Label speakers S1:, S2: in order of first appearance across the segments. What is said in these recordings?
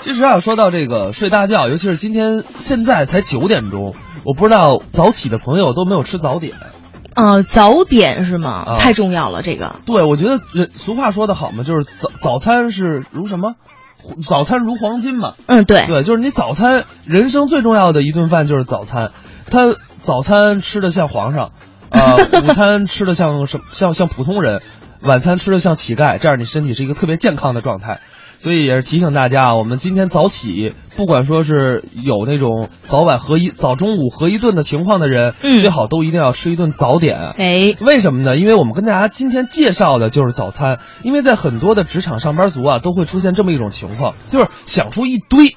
S1: 其实啊，说到这个睡大觉，尤其是今天现在才九点钟，我不知道早起的朋友都没有吃早点。
S2: 呃，早点是吗？
S1: 啊
S2: 太重要了，这个。
S1: 对，我觉得人俗话说的好嘛，就是早早餐是如什么，早餐如黄金嘛。
S2: 嗯，对，
S1: 对，就是你早餐，人生最重要的一顿饭就是早餐，他早餐吃的像皇上， 啊、午餐吃的像什像像普通人，晚餐吃的像乞丐，这样你身体是一个特别健康的状态。所以也是提醒大家啊，我们今天早起，不管说是有那种早晚合一、早中午合一顿的情况的人，
S2: 嗯
S1: 最好都一定要吃一顿早点。
S2: 哎，
S1: 为什么呢？因为我们跟大家今天介绍的就是早餐，因为在很多的职场上班族啊，都会出现这么一种情况，就是想出一堆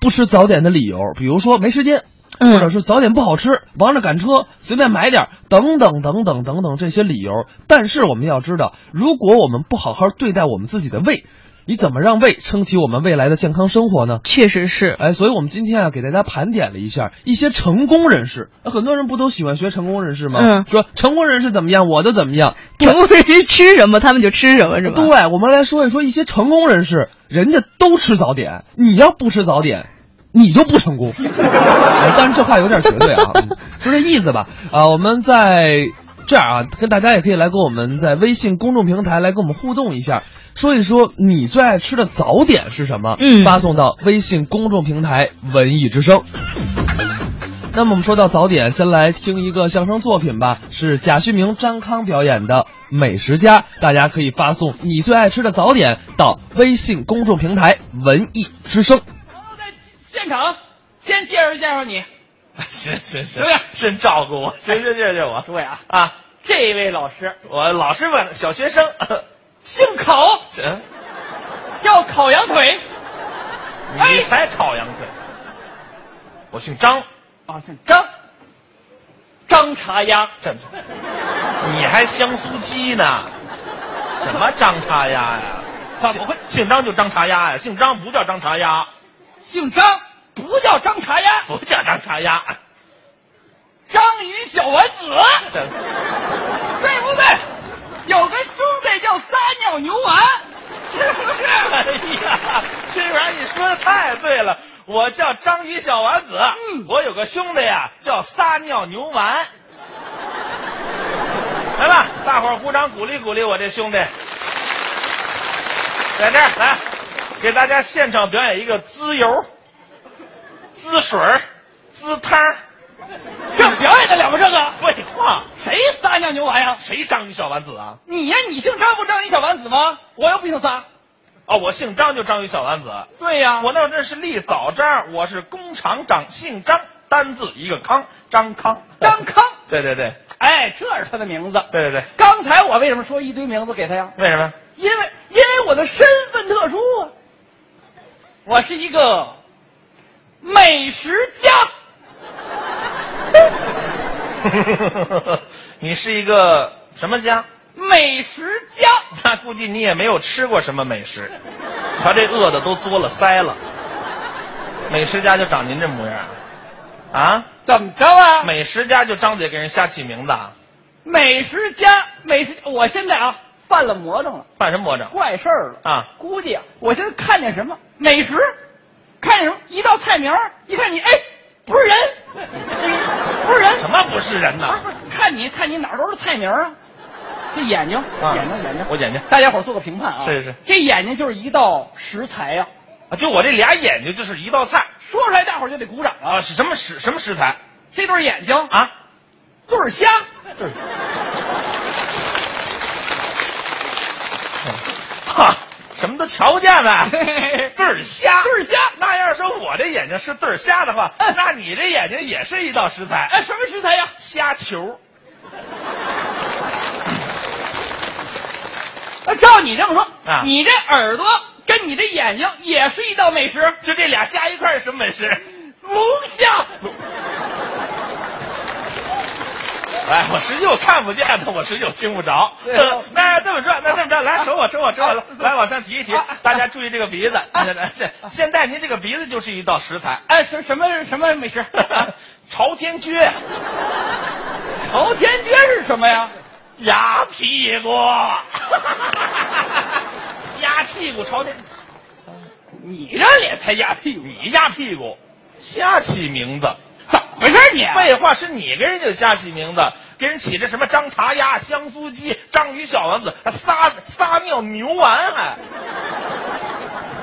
S1: 不吃早点的理由，比如说没时间，或者
S2: 嗯，
S1: 是早点不好吃，忙着赶车，随便买点儿，等等等等等等这些理由。但是我们要知道，如果我们不好好对待我们自己的胃，你怎么让胃撑起我们未来的健康生活呢？
S2: 确实是。
S1: 哎，所以我们今天啊，给大家盘点了一下一些成功人士。哎很多人不都喜欢学成功人士吗？
S2: 嗯
S1: 说成功人士怎么样，我就怎么样。
S2: 成功人士吃什么，他们就吃什么，是吧？
S1: 对，我们来说一说一些成功人士，人家都吃早点，你要不吃早点，你就不 成功。哎当然，这话有点绝对 啊，嗯就这意思吧。啊，我们在这儿啊，跟大家也可以来跟我们在微信公众平台来跟我们互动一下，说一说你最爱吃的早点是什么？
S2: 嗯
S1: 发送到微信公众平台“文艺之声”。那么我们说到早点，先来听一个相声作品吧，是贾旭明、张康表演的《美食家》，大家可以发送你最爱吃的早点到微信公众平台“文艺之声
S3: 然后在现场先介绍介绍你。
S4: 是是是，
S3: 对不对
S4: 真照顾我，谢谢谢谢我。
S3: 对啊，
S4: 啊，
S3: 这位老师
S4: 我老师问小学 生，
S3: 姓烤，
S4: 这
S3: 叫烤羊腿。哎
S4: 你才烤羊腿，我姓张，
S3: 啊，姓张，张茶鸭。
S4: 这你还香酥鸡 呢？什么张茶鸭呀？
S3: 怎么会
S4: 姓姓张就张茶鸭呀？姓张不叫张茶鸭，
S3: 姓张，不叫张茶鸭，
S4: 不叫张茶鸭，
S3: 章鱼小丸子，
S4: 这
S3: 对不对？有个兄弟叫撒尿牛丸，是不
S4: 哎
S3: 是？
S4: 呀，这玩意儿你说的太对了。我叫章鱼小丸子，
S3: 嗯
S4: 我有个兄弟呀、叫撒尿牛丸。来吧，大伙儿鼓掌鼓励鼓励我这兄弟。在这儿来，给大家现场表演一个滋油、滋水儿、滋汤儿。
S3: 这表演得了吗？这个
S4: 废话，
S3: 谁撒尿牛丸呀？
S4: 谁章鱼小丸子啊？
S3: 你呀，你姓张不章鱼小丸子吗？我又不姓撒。
S4: 哦，我姓张就章鱼小丸子。
S3: 对呀
S4: 我那这是立早章，我是工厂长，姓张，单字一个康，张康，
S3: 张。康。
S4: 对对对，
S3: 哎，这是他的名字。
S4: 对对对，
S3: 刚才我为什么说一堆名字给他呀？
S4: 为什么？
S3: 因为因为我的身份特殊啊，我是一个美食家。
S4: 你是一个什么家？
S3: 美食家，
S4: 那估计你也没有吃过什么美食，瞧这饿的都作了腮了。美食家就长您这模样啊？啊？
S3: 怎么着啊？
S4: 美食家就张嘴给人瞎起名字啊？
S3: 美食家，美食，我现在啊犯了魔怔了，
S4: 犯什么魔怔？
S3: 怪事儿了
S4: 啊！
S3: 估计啊，我现在看见什么美食，看见什么一道菜名儿，一看你，哎，不是人， 不是人，
S4: 什么不是人
S3: 不是
S4: 呐
S3: 不？是，看你看你哪儿都是菜名儿啊，这眼睛、
S4: 啊
S3: 眼睛眼睛，
S4: 我眼睛
S3: 大家伙儿做个评判啊！
S4: 是是
S3: 这眼睛就是一道食材呀、
S4: 啊就我这俩眼睛就是一道菜
S3: 说出来大伙儿就得鼓掌了。
S4: 啊，是什么食什么食材
S3: 这对眼睛，
S4: 啊？
S3: 对儿虾，
S4: 对。哈，什么都瞧不见呗。 对儿虾，
S3: 对儿虾
S4: 那要说我这眼睛是对儿虾的话，
S3: 嗯
S4: 那你这眼睛也是一道食材，
S3: 哎，什么食材呀？
S4: 虾球。
S3: 哎，照你这么说，
S4: 啊
S3: 你这耳朵跟你这眼睛也是一道美食，
S4: 就这俩加一块儿是什么美食？
S3: 龙虾。
S4: 哎，我是又看不见的，我是又听不着。
S3: 对啊
S4: 那这么说，那这么着，来瞅我，瞅我，瞅我，来往上提一提
S3: 啊，
S4: 大家注意这个鼻子
S3: 啊。
S4: 现现在您这个鼻子就是一道食材，
S3: 哎，什什么什么美 食？
S4: 啊朝天撅，
S3: 朝天撅是什么呀？
S4: 鸭 屁股，鸭屁股朝天。
S3: 你让脸才压屁股呢，
S4: 你压屁股，瞎起名字。
S3: 怎么回事儿你啊？
S4: 废话，是你给人家瞎起名字，给人起这什么张茶鸭、香酥鸡、章鱼小丸子、撒撒尿牛 丸还。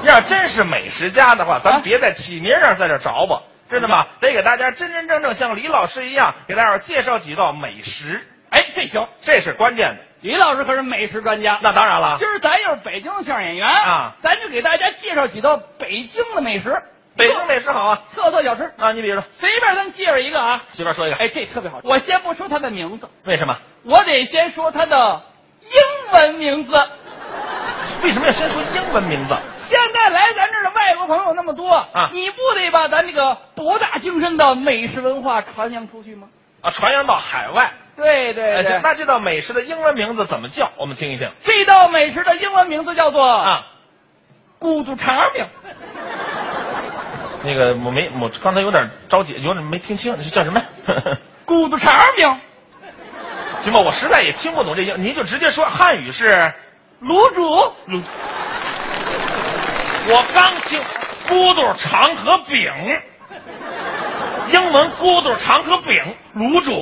S4: 要真是美食家的话，
S3: 啊
S4: 咱别在起名上在这着吧，知道
S3: 嗯
S4: 吗？得给大家真真正正像李老师一样，给大伙儿介绍几道美食，
S3: 哎，这行，
S4: 这是关键的。
S3: 李老师可是美食专家。
S4: 那当然了
S3: 今，儿咱又是北京的相声演员
S4: 啊
S3: 咱就给大家介绍几道北京的美食，
S4: 北京美食好啊
S3: 特色小吃，
S4: 啊！你比如说，
S3: 随便咱介绍一个啊。
S4: 随便说一个，
S3: 哎，这特别好吃。我先不说它的名字，
S4: 为什么？
S3: 我得先说它的英文名字。
S4: 为什么要先说英文名字？
S3: 现在来咱这儿的外国朋友那么多
S4: 啊
S3: 你不得把咱这个博大精深的美食文化传扬出去吗？
S4: 啊，传扬到海外。
S3: 对对
S4: 哎，
S3: 对
S4: 行，，那这道美食的英文名字怎么叫？我们听一听
S3: 这道美食的英文名字叫做
S4: 啊。
S3: 骨头肠饼。
S4: 那个我没，我刚才有点着急，有点没听清，这叫什么呀？
S3: 骨头肠饼，
S4: 行吧，我实在也听不懂这英，您就直接说汉语是
S3: 卤煮。
S4: 卤。我刚听咕嘟肠和饼，英文咕嘟肠和饼卤煮。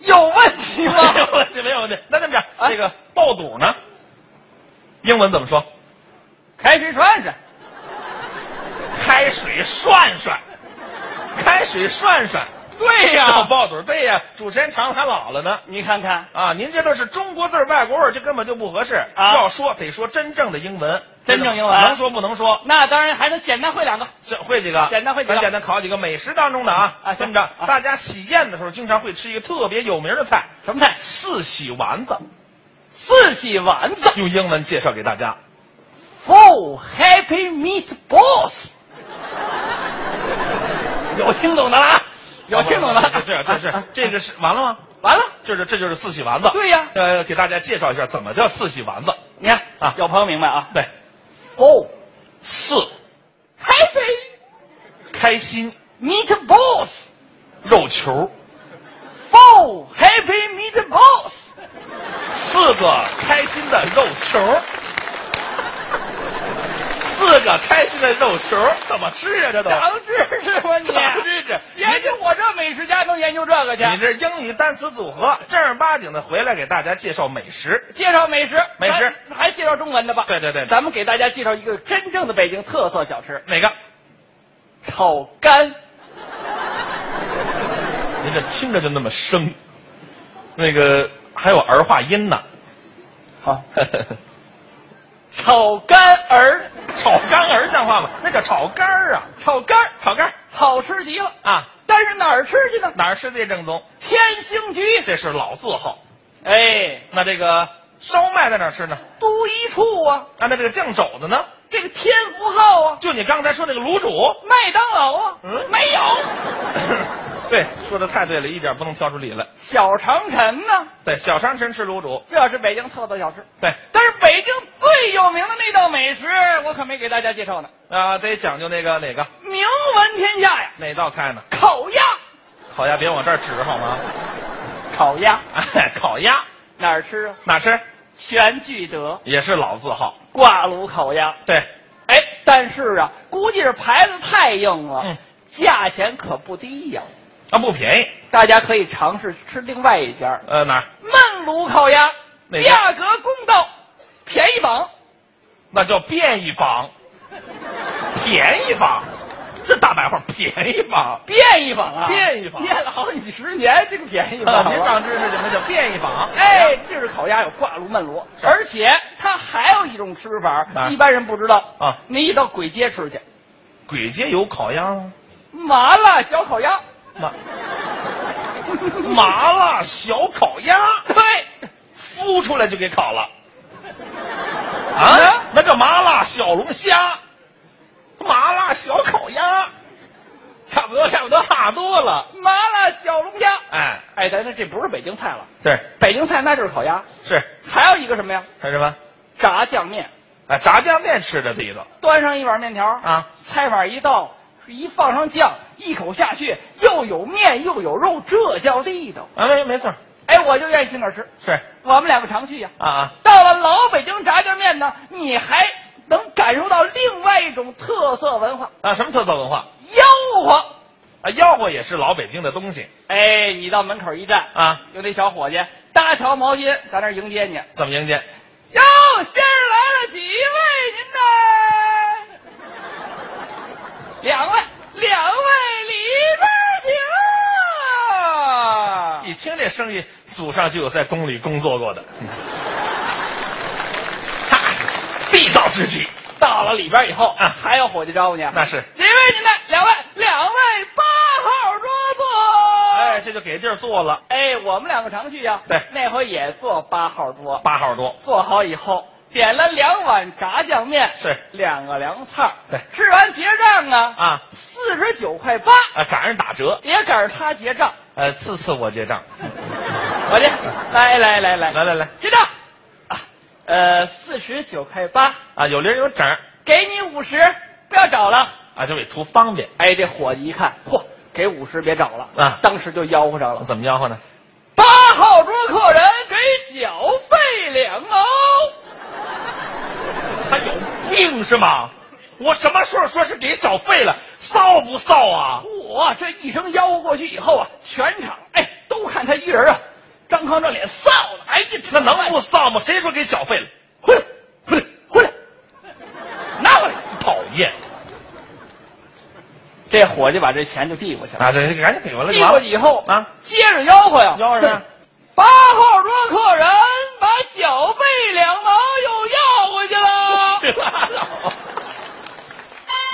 S3: 有问题吗？
S4: 没有问题，没有问题。那这么着，
S3: 啊
S4: 那个爆肚呢？英文怎么说？
S3: 开水涮涮，
S4: 开水涮涮，开水涮涮。
S3: 对呀、
S4: 叫爆肚，对呀，主持人常还老了呢。
S3: 你看看，
S4: 啊，您这都是中国字儿外国味儿，这根本就不合适。
S3: 啊
S4: 要说得说真正的英文，
S3: 真正英文
S4: 能说不能说？
S3: 那当然还得简单会两个。
S4: 这会几个？
S3: 简单会几个
S4: 咱简单考几个美食当中的啊。
S3: 啊行
S4: 这么着，
S3: 啊
S4: 大家喜宴的时候经常会吃一个特别有名的菜
S3: 什么菜
S4: ——四喜丸子，
S3: 四喜丸子
S4: 用英文介绍给大家。哦
S3: ，Four Happy Meatballs。有听懂的啦，有听懂的啦。
S4: 这这是
S3: 啊
S4: 这个是完了吗？
S3: 完了，
S4: 就是这就是四喜丸子。
S3: 对呀
S4: 呃，给大家介绍一下怎么叫四喜丸子。
S3: 你看
S4: 啊哦
S3: 有朋友明白啊
S4: 对，
S3: ？Four
S4: 四
S3: Happy
S4: 开心
S3: Meatballs。
S4: 肉球，哦
S3: Four Happy Meatballs。
S4: 四个开心的肉球，四个开心的肉球怎么吃呀、这都。
S3: 长知识吗你？
S4: 长知识
S3: 研究我这美食家能研究这个去？
S4: 你这英语单词组合，正儿八经的回来给大家介绍美食。
S3: 介绍美食，
S4: 美食
S3: 咱还介绍中文的吧？
S4: 对对对
S3: 咱们给大家介绍一个真正的北京特色小吃
S4: 哪个？
S3: ——炒肝。
S4: 您这听着就那么生，那个还有儿化音呢。
S3: 好，炒肝儿，
S4: 炒肝儿像话吗？那叫炒肝儿啊，
S3: 炒肝儿
S4: 炒肝儿
S3: 好吃极了！
S4: 啊，
S3: 但是哪儿吃去呢？
S4: 哪儿是最正宗？
S3: 天兴居，
S4: 这是老字号。
S3: 哎，
S4: 那这个烧麦在哪儿吃呢？
S3: 都一处啊，
S4: 啊，那这个酱肘子呢？
S3: 这个天福号啊，
S4: 就你刚才说那个卤煮，
S3: 麦当劳啊，
S4: 嗯
S3: 没有。
S4: 对，说的太对了，一点不能挑出理来。
S3: 小长城呢，
S4: 对，小商城吃卤煮，
S3: 这是北京特色小吃。
S4: 对，
S3: 但是北京最有名的那道美食，我可没给大家介绍呢，
S4: 啊、得讲究那个哪个
S3: 名闻天下呀，
S4: 哪道菜呢？
S3: 烤鸭。
S4: 烤鸭，别往这儿指好吗？
S3: 烤鸭
S4: 哎，烤鸭
S3: 哪儿吃啊？
S4: 哪吃？
S3: 全聚德
S4: 也是老字号。
S3: 挂炉烤鸭。
S4: 对，
S3: 哎，但是啊，估计是牌子太硬了，
S4: 嗯
S3: 价钱可不低呀、
S4: 啊，不便宜。
S3: 大家可以尝试吃另外一家
S4: 呃，哪儿？
S3: 焖炉烤鸭，
S4: 哪家
S3: 价格公道，便宜榜。
S4: 那叫便宜坊，便宜坊，这大白话，便宜坊。
S3: 便宜榜啊！
S4: 便宜榜
S3: 念了好几十年，这个便宜榜、
S4: 啊， 您长知识什么叫便宜坊？
S3: 哎，这是烤鸭有挂炉焖炉，
S4: 是
S3: 而且它还有一种吃
S4: 哪
S3: 法，
S4: 儿
S3: 一般人不知道
S4: 啊
S3: 你得到簋街吃去，
S4: 鬼街有烤鸭吗？
S3: 麻辣小烤鸭，
S4: 麻 麻辣小烤鸭，
S3: 对，
S4: 孵出来就给烤了。
S3: 啊
S4: 啊，那个麻辣小龙虾，麻辣小烤鸭，
S3: 差不多差不多。
S4: 差多了。
S3: 麻辣小龙虾，
S4: 哎，
S3: 哎，咱这这不是北京菜了，
S4: 对，
S3: 北京菜那就是烤鸭，
S4: 是
S3: 还有一个什么呀？
S4: 还有什么？
S3: 炸酱面，
S4: 啊，炸酱面吃的地道
S3: 端上一碗面条，
S4: 啊，
S3: 菜碗一倒，一放上酱，一口下去，又有面又有肉，这叫地道。
S4: 啊，没没错，
S3: 哎，我就愿意去那儿吃，
S4: 是
S3: 我们两个常去呀、
S4: 啊啊，
S3: 到了老北京炸酱面呢，你还能感受到另外一种特色文化
S4: 啊，什么特色文化
S3: ——吆喝。
S4: 啊？吆喝也是老北京的东西
S3: 哎，你到门口一站，
S4: 啊，
S3: 有那小伙计搭条毛巾在那儿迎接你。
S4: 怎么迎接？
S3: 哟，先生来了，几位您呢？两位，两位里边请。
S4: 一听这声音，祖上就有在宫里工作过的，哈地道之极。
S3: 到了里边以后，
S4: 啊
S3: 还有伙计招呼你，啊
S4: 那是，
S3: 几位您呢？两位，两位八号桌坐。
S4: 哎，，这就给地儿坐了
S3: 哎，我们两个常去呀。
S4: 对
S3: 那回也坐八号桌，
S4: 八号多，
S3: 坐好以后点了两碗炸酱面，
S4: 是
S3: 两个凉菜儿
S4: 对
S3: 吃完结账啊，哎
S4: 啊，
S3: 四十九块八，
S4: 啊，赶上打折，
S3: 也赶上他结账。
S4: 呃，次次我结账，
S3: 我去，来来来来
S4: 来来来，
S3: 结账。啊，呃，四十九块八，
S4: 啊，有零有整儿
S3: 给你五十，不要找了。
S4: 啊，就为图方便，
S3: 哎，这伙计一看，嚯，给五十别找了
S4: 啊
S3: 当时就吆喝上了。
S4: 怎么吆喝呢？
S3: 八号桌客人给小费两毛。
S4: 他有病是吗？我什么时候说是给小费了？臊不臊啊？
S3: 我这一声吆喝过去以后啊，全场哎都看他一人啊。张康这脸臊的，哎呀，
S4: 那能不臊吗？谁说给小费了？
S3: 回来，回来，回来，拿回来！
S4: 讨厌
S3: 这伙计把这钱就递过去了。
S4: 啊！对，赶紧给我了，
S3: 递过去以后
S4: 啊，
S3: 接着吆喝呀，
S4: 吆喝什么？
S3: 八号桌客人把小费两毛又要回去了。
S4: 拉倒。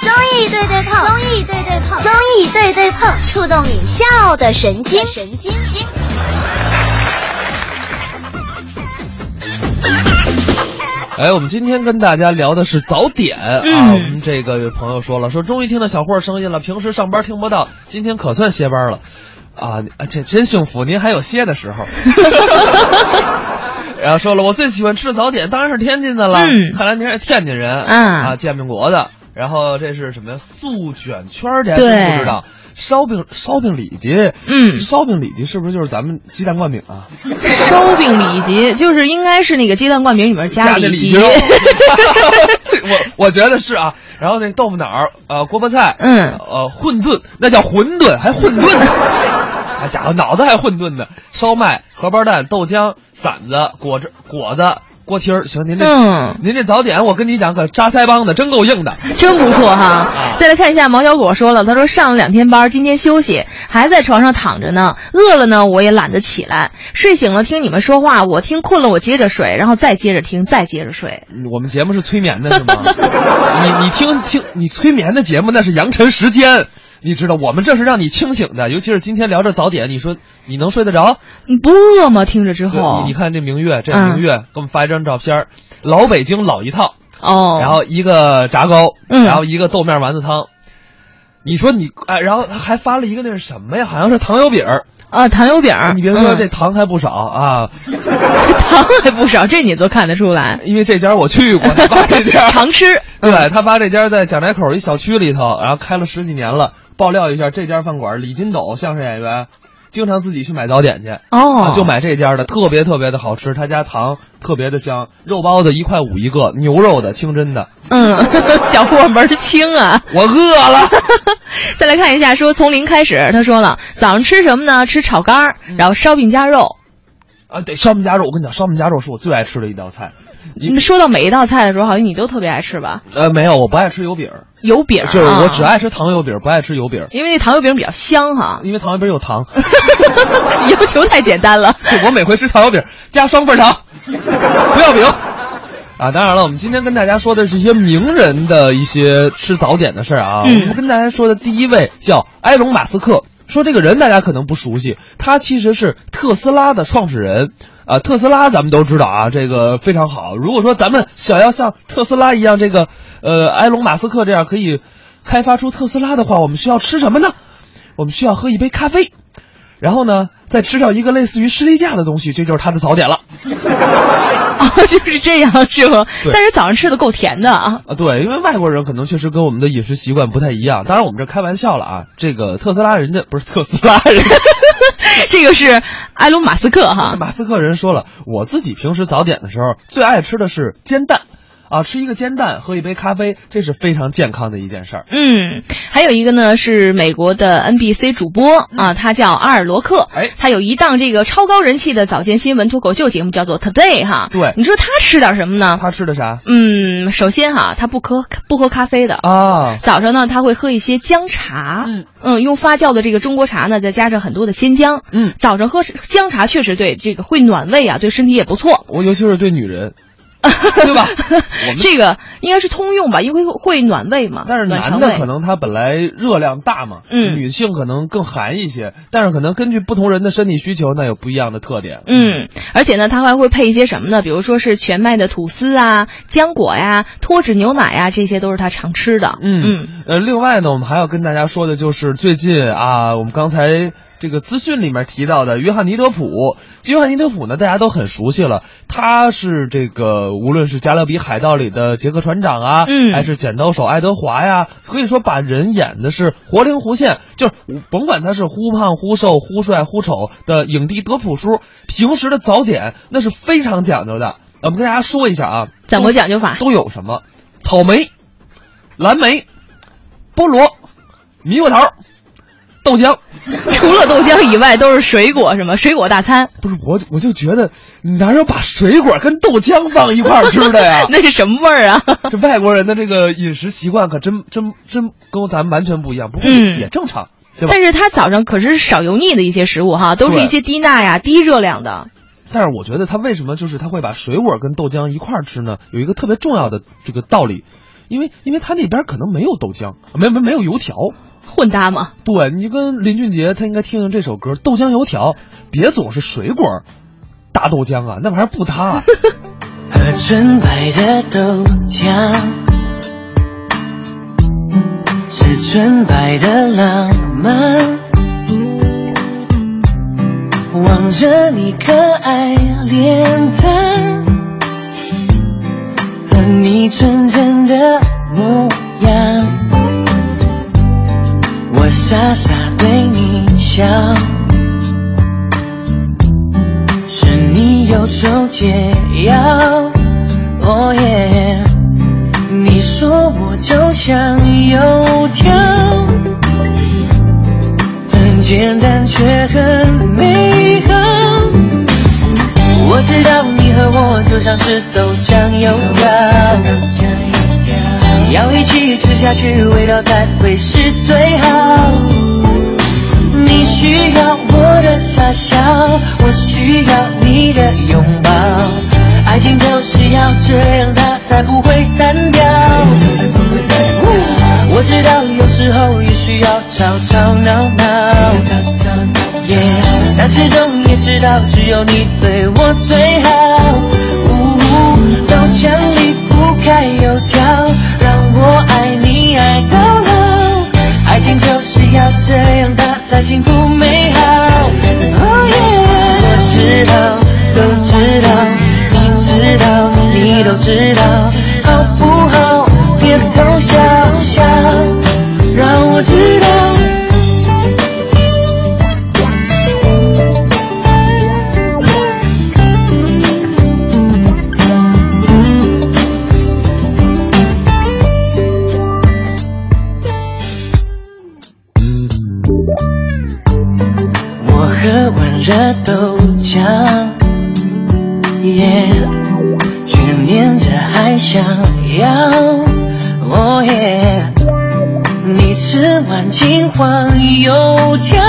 S5: 综艺对对碰，综艺对对碰，综艺对对碰，触动你笑的神经，神经经。
S1: 哎，我们今天跟大家聊的是早点、啊。
S2: 嗯
S1: 我们这个有朋友说了，说终于听到小霍声音了，平时上班听不到，今天可算歇班了，啊，啊这真幸福，您还有歇的时 候。然后说了，我最喜欢吃的早点当然是天津的了，
S2: 嗯
S1: 看来您是天津人
S2: 啊
S1: 啊，煎饼果子。然后这是什么呀？素卷圈儿，这还
S2: 对
S1: 真不知道。烧饼烧饼里脊，
S2: 嗯
S1: 烧饼里脊是不是就是咱们鸡蛋灌饼啊？
S2: 烧饼里脊就是应该是那个鸡蛋灌饼里面
S1: 加
S2: 里
S1: 里
S2: 脊
S1: 脊，肉 我我觉得是啊。然后那豆腐脑儿，呃，锅巴菜，
S2: 嗯
S1: 呃，混沌，那叫馄饨，还混沌 呢。好家伙，脑子还混沌呢！烧麦、荷包蛋、豆浆、馓子、果子、果子、锅贴儿。行，您这、
S2: 嗯
S1: 您这早点，我跟你讲，可扎腮帮子，真够硬的。
S2: 真不错哈
S1: 啊！
S2: 再来看一下毛小果说了，他说上了两天班，今天休息，还在床上躺着呢。饿了呢，我也懒得起来，睡醒了听你们说话，我听困了，我接着睡，然后再接着听，再接着睡。
S1: 嗯我们节目是催眠的，是 吗？你你听听，你催眠的节目那是扬尘时间，你知道，我们这是让你清醒的，尤其是今天聊这早点，你说你能睡得着？
S2: 你嗯不饿吗？听着之
S1: 对
S2: 后
S1: 你你，看这明月，这
S2: 嗯
S1: 明月给我们发一张照片儿，老北京老一套，
S2: 哦，
S1: 然后一个炸糕，
S2: 嗯
S1: 然后一个豆面丸子汤。你说你哎，然后他还发了一个那是什么呀？好像是糖油饼儿。
S2: 啊，糖油饼儿，
S1: 你别说
S2: 嗯
S1: 这糖还不少啊，
S2: 糖还不少，这你都看得出来。
S1: 因为这家我去过，他发这 家
S2: 常吃，嗯
S1: 对他发这家在蒋寨口一小区里头，然后开了十几年了。爆料一下，这家饭馆李金斗相声演员，经常自己去买早点去。
S2: 哦
S1: 啊，，就买这家的，特别特别的好吃，他家糖特别的香，肉包子一块五一个，牛肉的清真的，
S2: 嗯， 小货门儿清啊。
S1: 我饿了。
S2: 再来看一下，说从零开始，他说了早上吃什么呢？吃炒肝儿，
S1: 嗯
S2: 然后烧饼夹肉。
S1: 啊，对，烧饼夹肉，我跟你讲，烧饼夹肉是我最爱吃的一道菜。
S2: 你嗯说到每一道菜的时候，好像你都特别爱吃吧？
S1: 呃，没有，我不爱吃油饼儿，
S2: 油饼、啊，
S1: 就是我只，爱吃糖油饼儿，不爱吃油饼儿，
S2: 因为那糖油饼比较香哈、
S1: 因为糖油饼儿有糖。
S2: 要求太简单了。
S1: 对我每回吃糖油饼儿加双份糖，不要饼。啊，当然了，我们今天跟大家说的是一些名人的一些吃早点的事儿啊。
S2: 嗯
S1: 我们跟大家说的第一位叫埃隆·马斯克，说这个人大家可能不熟悉，他其实是特斯拉的创始人。啊，特斯拉咱们都知道啊，这个非常好。如果说咱们想要像特斯拉一样，这个呃埃隆·马斯克这样可以开发出特斯拉的话，我们需要吃什么呢？我们需要喝一杯咖啡，然后呢再吃上一个类似于士力架的东西，这就是他的早点了。
S2: 啊，就是这样是吗？
S1: 对
S2: 但是早上吃的够甜的啊。
S1: 啊，对，因为外国人可能确实跟我们的饮食习惯不太一样。当然，我们这开玩笑了啊。这个特斯拉人家不是特斯拉人，
S2: 这个是埃隆·马斯克哈，
S1: 马斯克人说了，我自己平时早点的时候最爱吃的是煎蛋。啊，吃一个煎蛋，喝一杯咖啡，这是非常健康的一件事儿。
S2: 嗯，还有一个呢是美国的 NBC 主播啊，他叫阿尔罗克，
S1: 嗯哎
S2: 他有一档这个超高人气的早间新闻脱口秀节目，叫做 Today 哈。
S1: 对
S2: 你说他吃点什么呢？
S1: 他吃的啥
S2: 嗯，首先哈，他不喝不喝咖啡的。
S1: 啊？
S2: 早上呢，他会喝一些姜茶，
S3: 嗯
S2: 用发酵的这个中国茶呢，再加上很多的鲜姜，
S1: 嗯，
S2: 早上喝姜茶确实对这个会暖胃啊，对身体也不错。
S1: 我尤其是对女人，对吧？我们
S2: 这个应该是通用吧，因为会暖胃嘛，
S1: 但是
S2: 暖
S1: 男
S2: 肠
S1: 的
S2: 胃
S1: 可能他本来热量大嘛，
S2: 嗯
S1: 女性可能更寒一些，但是可能根据不同人的身体需求，那有不一样的特点。
S2: 嗯，而且呢，它还会配一些什么呢？比如说是全麦的吐司啊、浆果呀、脱脂牛奶呀，这些都是他常吃的。
S1: 嗯，呃，另外呢，我们还要跟大家说的就是最近啊，我们刚才这个资讯里面提到的约翰尼德普，约翰尼德普呢，大家都很熟悉了，他是这个无论是《加勒比海盗》里的杰克船长啊，
S2: 嗯
S1: 还是剪刀手爱德华呀，可以说把人演的是活灵活现，就是甭管他是忽胖忽瘦、忽帅忽丑的影帝德普叔，平时的早点那是非常讲究的。呃我们跟大家说一下啊，
S2: 怎么讲究法？
S1: 都有什么？草莓、蓝莓、菠萝、猕猴桃、豆浆。
S2: 除了豆浆以外，都是水果，什么水果大餐？？
S1: 不是我，我就觉得你哪有把水果跟豆浆放一块儿吃的呀
S2: 那是什么味儿啊？
S1: 这外国人的这个饮食习惯可真真真跟咱们完全不一样，不过
S2: 嗯
S1: 也正常，对吧？
S2: 但是他早上可是少油腻的一些食物哈，都是
S1: 对
S2: 一些低钠呀、低热量的。
S1: 但是我觉得他为什么就是他会把水果跟豆浆一块儿吃呢？有一个特别重要的这个道理，因为因为他那边可能没有豆浆，没没没有油条，
S2: 混搭嘛，
S1: 对你跟林俊杰，他应该听听这首歌《豆浆油条》，别总是水果儿搭豆浆啊，那玩意儿不 搭。
S6: 和纯白的豆浆，是纯白的浪漫。望着你可爱脸蛋，和你纯真的模样，我傻傻对你笑，是你忧愁解药。哦耶！你说我就像油条，很简单却很美好。我知道你和我就像是豆浆油条，要一起吃下去，味道才会是最好。你需要我的傻笑，我需要你的拥抱。爱情就是要这样，它才不会单调。我知道有时候也需要吵吵闹闹，yeah, 但始终也知道只有你对我最好。呜豆浆离不开油条，让我爱你爱到老。爱情就是要这样，它才幸福美好。哦耶！我知道，都知道，你知道，你都知道，好不好？别偷笑笑，让我知道。我喝完热豆浆，耶，却念着还想要，哦耶，你吃完金黄油条，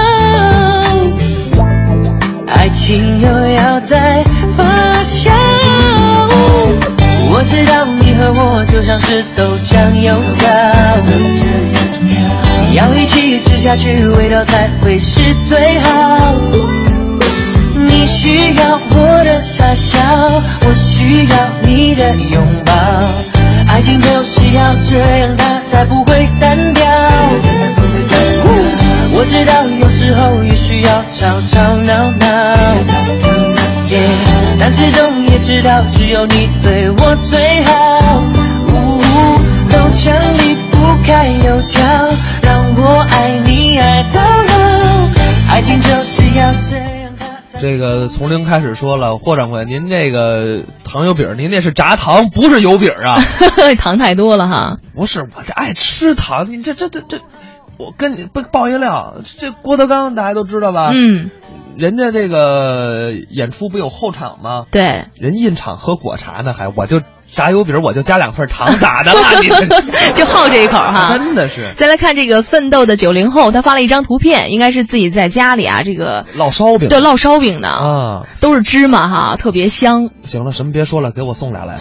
S6: 爱情又要再发酵。我知道你和我就像是豆浆油条。要一起吃下去，味道才会是最好。你需要我的傻笑，我需要你的拥抱。爱情就是要这样，它才不会单调。我知道有时候也需要吵吵闹闹。耶，但始终也知道，只有你对我最好。呜，豆浆离不开油条，让我爱你爱到老。爱情就是要这样。它才
S1: 这个从零开始说了，霍掌柜，您这个糖油饼，您那是炸糖，不是油饼啊！
S2: 糖太多了哈。
S1: 不是，我这爱吃糖，你这这这这，我跟你不爆一料，这郭德纲大家都知道吧？，
S2: 嗯，
S1: 人家这个演出不有后场吗？
S2: 对。
S1: 人印场喝果茶呢，还我就炸油饼，我就加两份糖咋的了？你 这
S2: 就好这一口哈
S1: 真的是
S2: 再来看这个奋斗的九零后，他发了一张图片，应该是自己在家里啊，这个
S1: 烙烧饼
S2: 对烙烧饼呢，
S1: 啊！
S2: 都是芝麻哈，特别香。
S1: 行了，什么别说了，给我送俩来。